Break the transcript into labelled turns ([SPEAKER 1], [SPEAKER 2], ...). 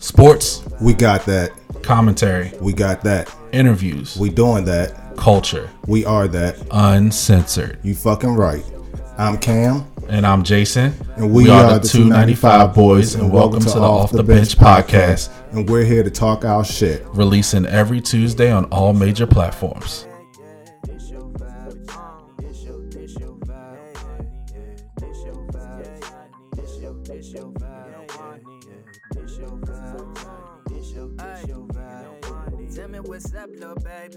[SPEAKER 1] sports,
[SPEAKER 2] We got that.
[SPEAKER 1] commentary,
[SPEAKER 2] We got that.
[SPEAKER 1] interviews,
[SPEAKER 2] We doing that.
[SPEAKER 1] culture,
[SPEAKER 2] We are that.
[SPEAKER 1] uncensored.
[SPEAKER 2] You fucking right. I'm Cam.
[SPEAKER 1] And I'm Jason.
[SPEAKER 2] And we, are, the 295 Boys, and welcome to the Off the Bench podcast. And we're here to talk our shit.
[SPEAKER 1] releasing every Tuesday on all major platforms.
[SPEAKER 3] Tell me what's up, little baby.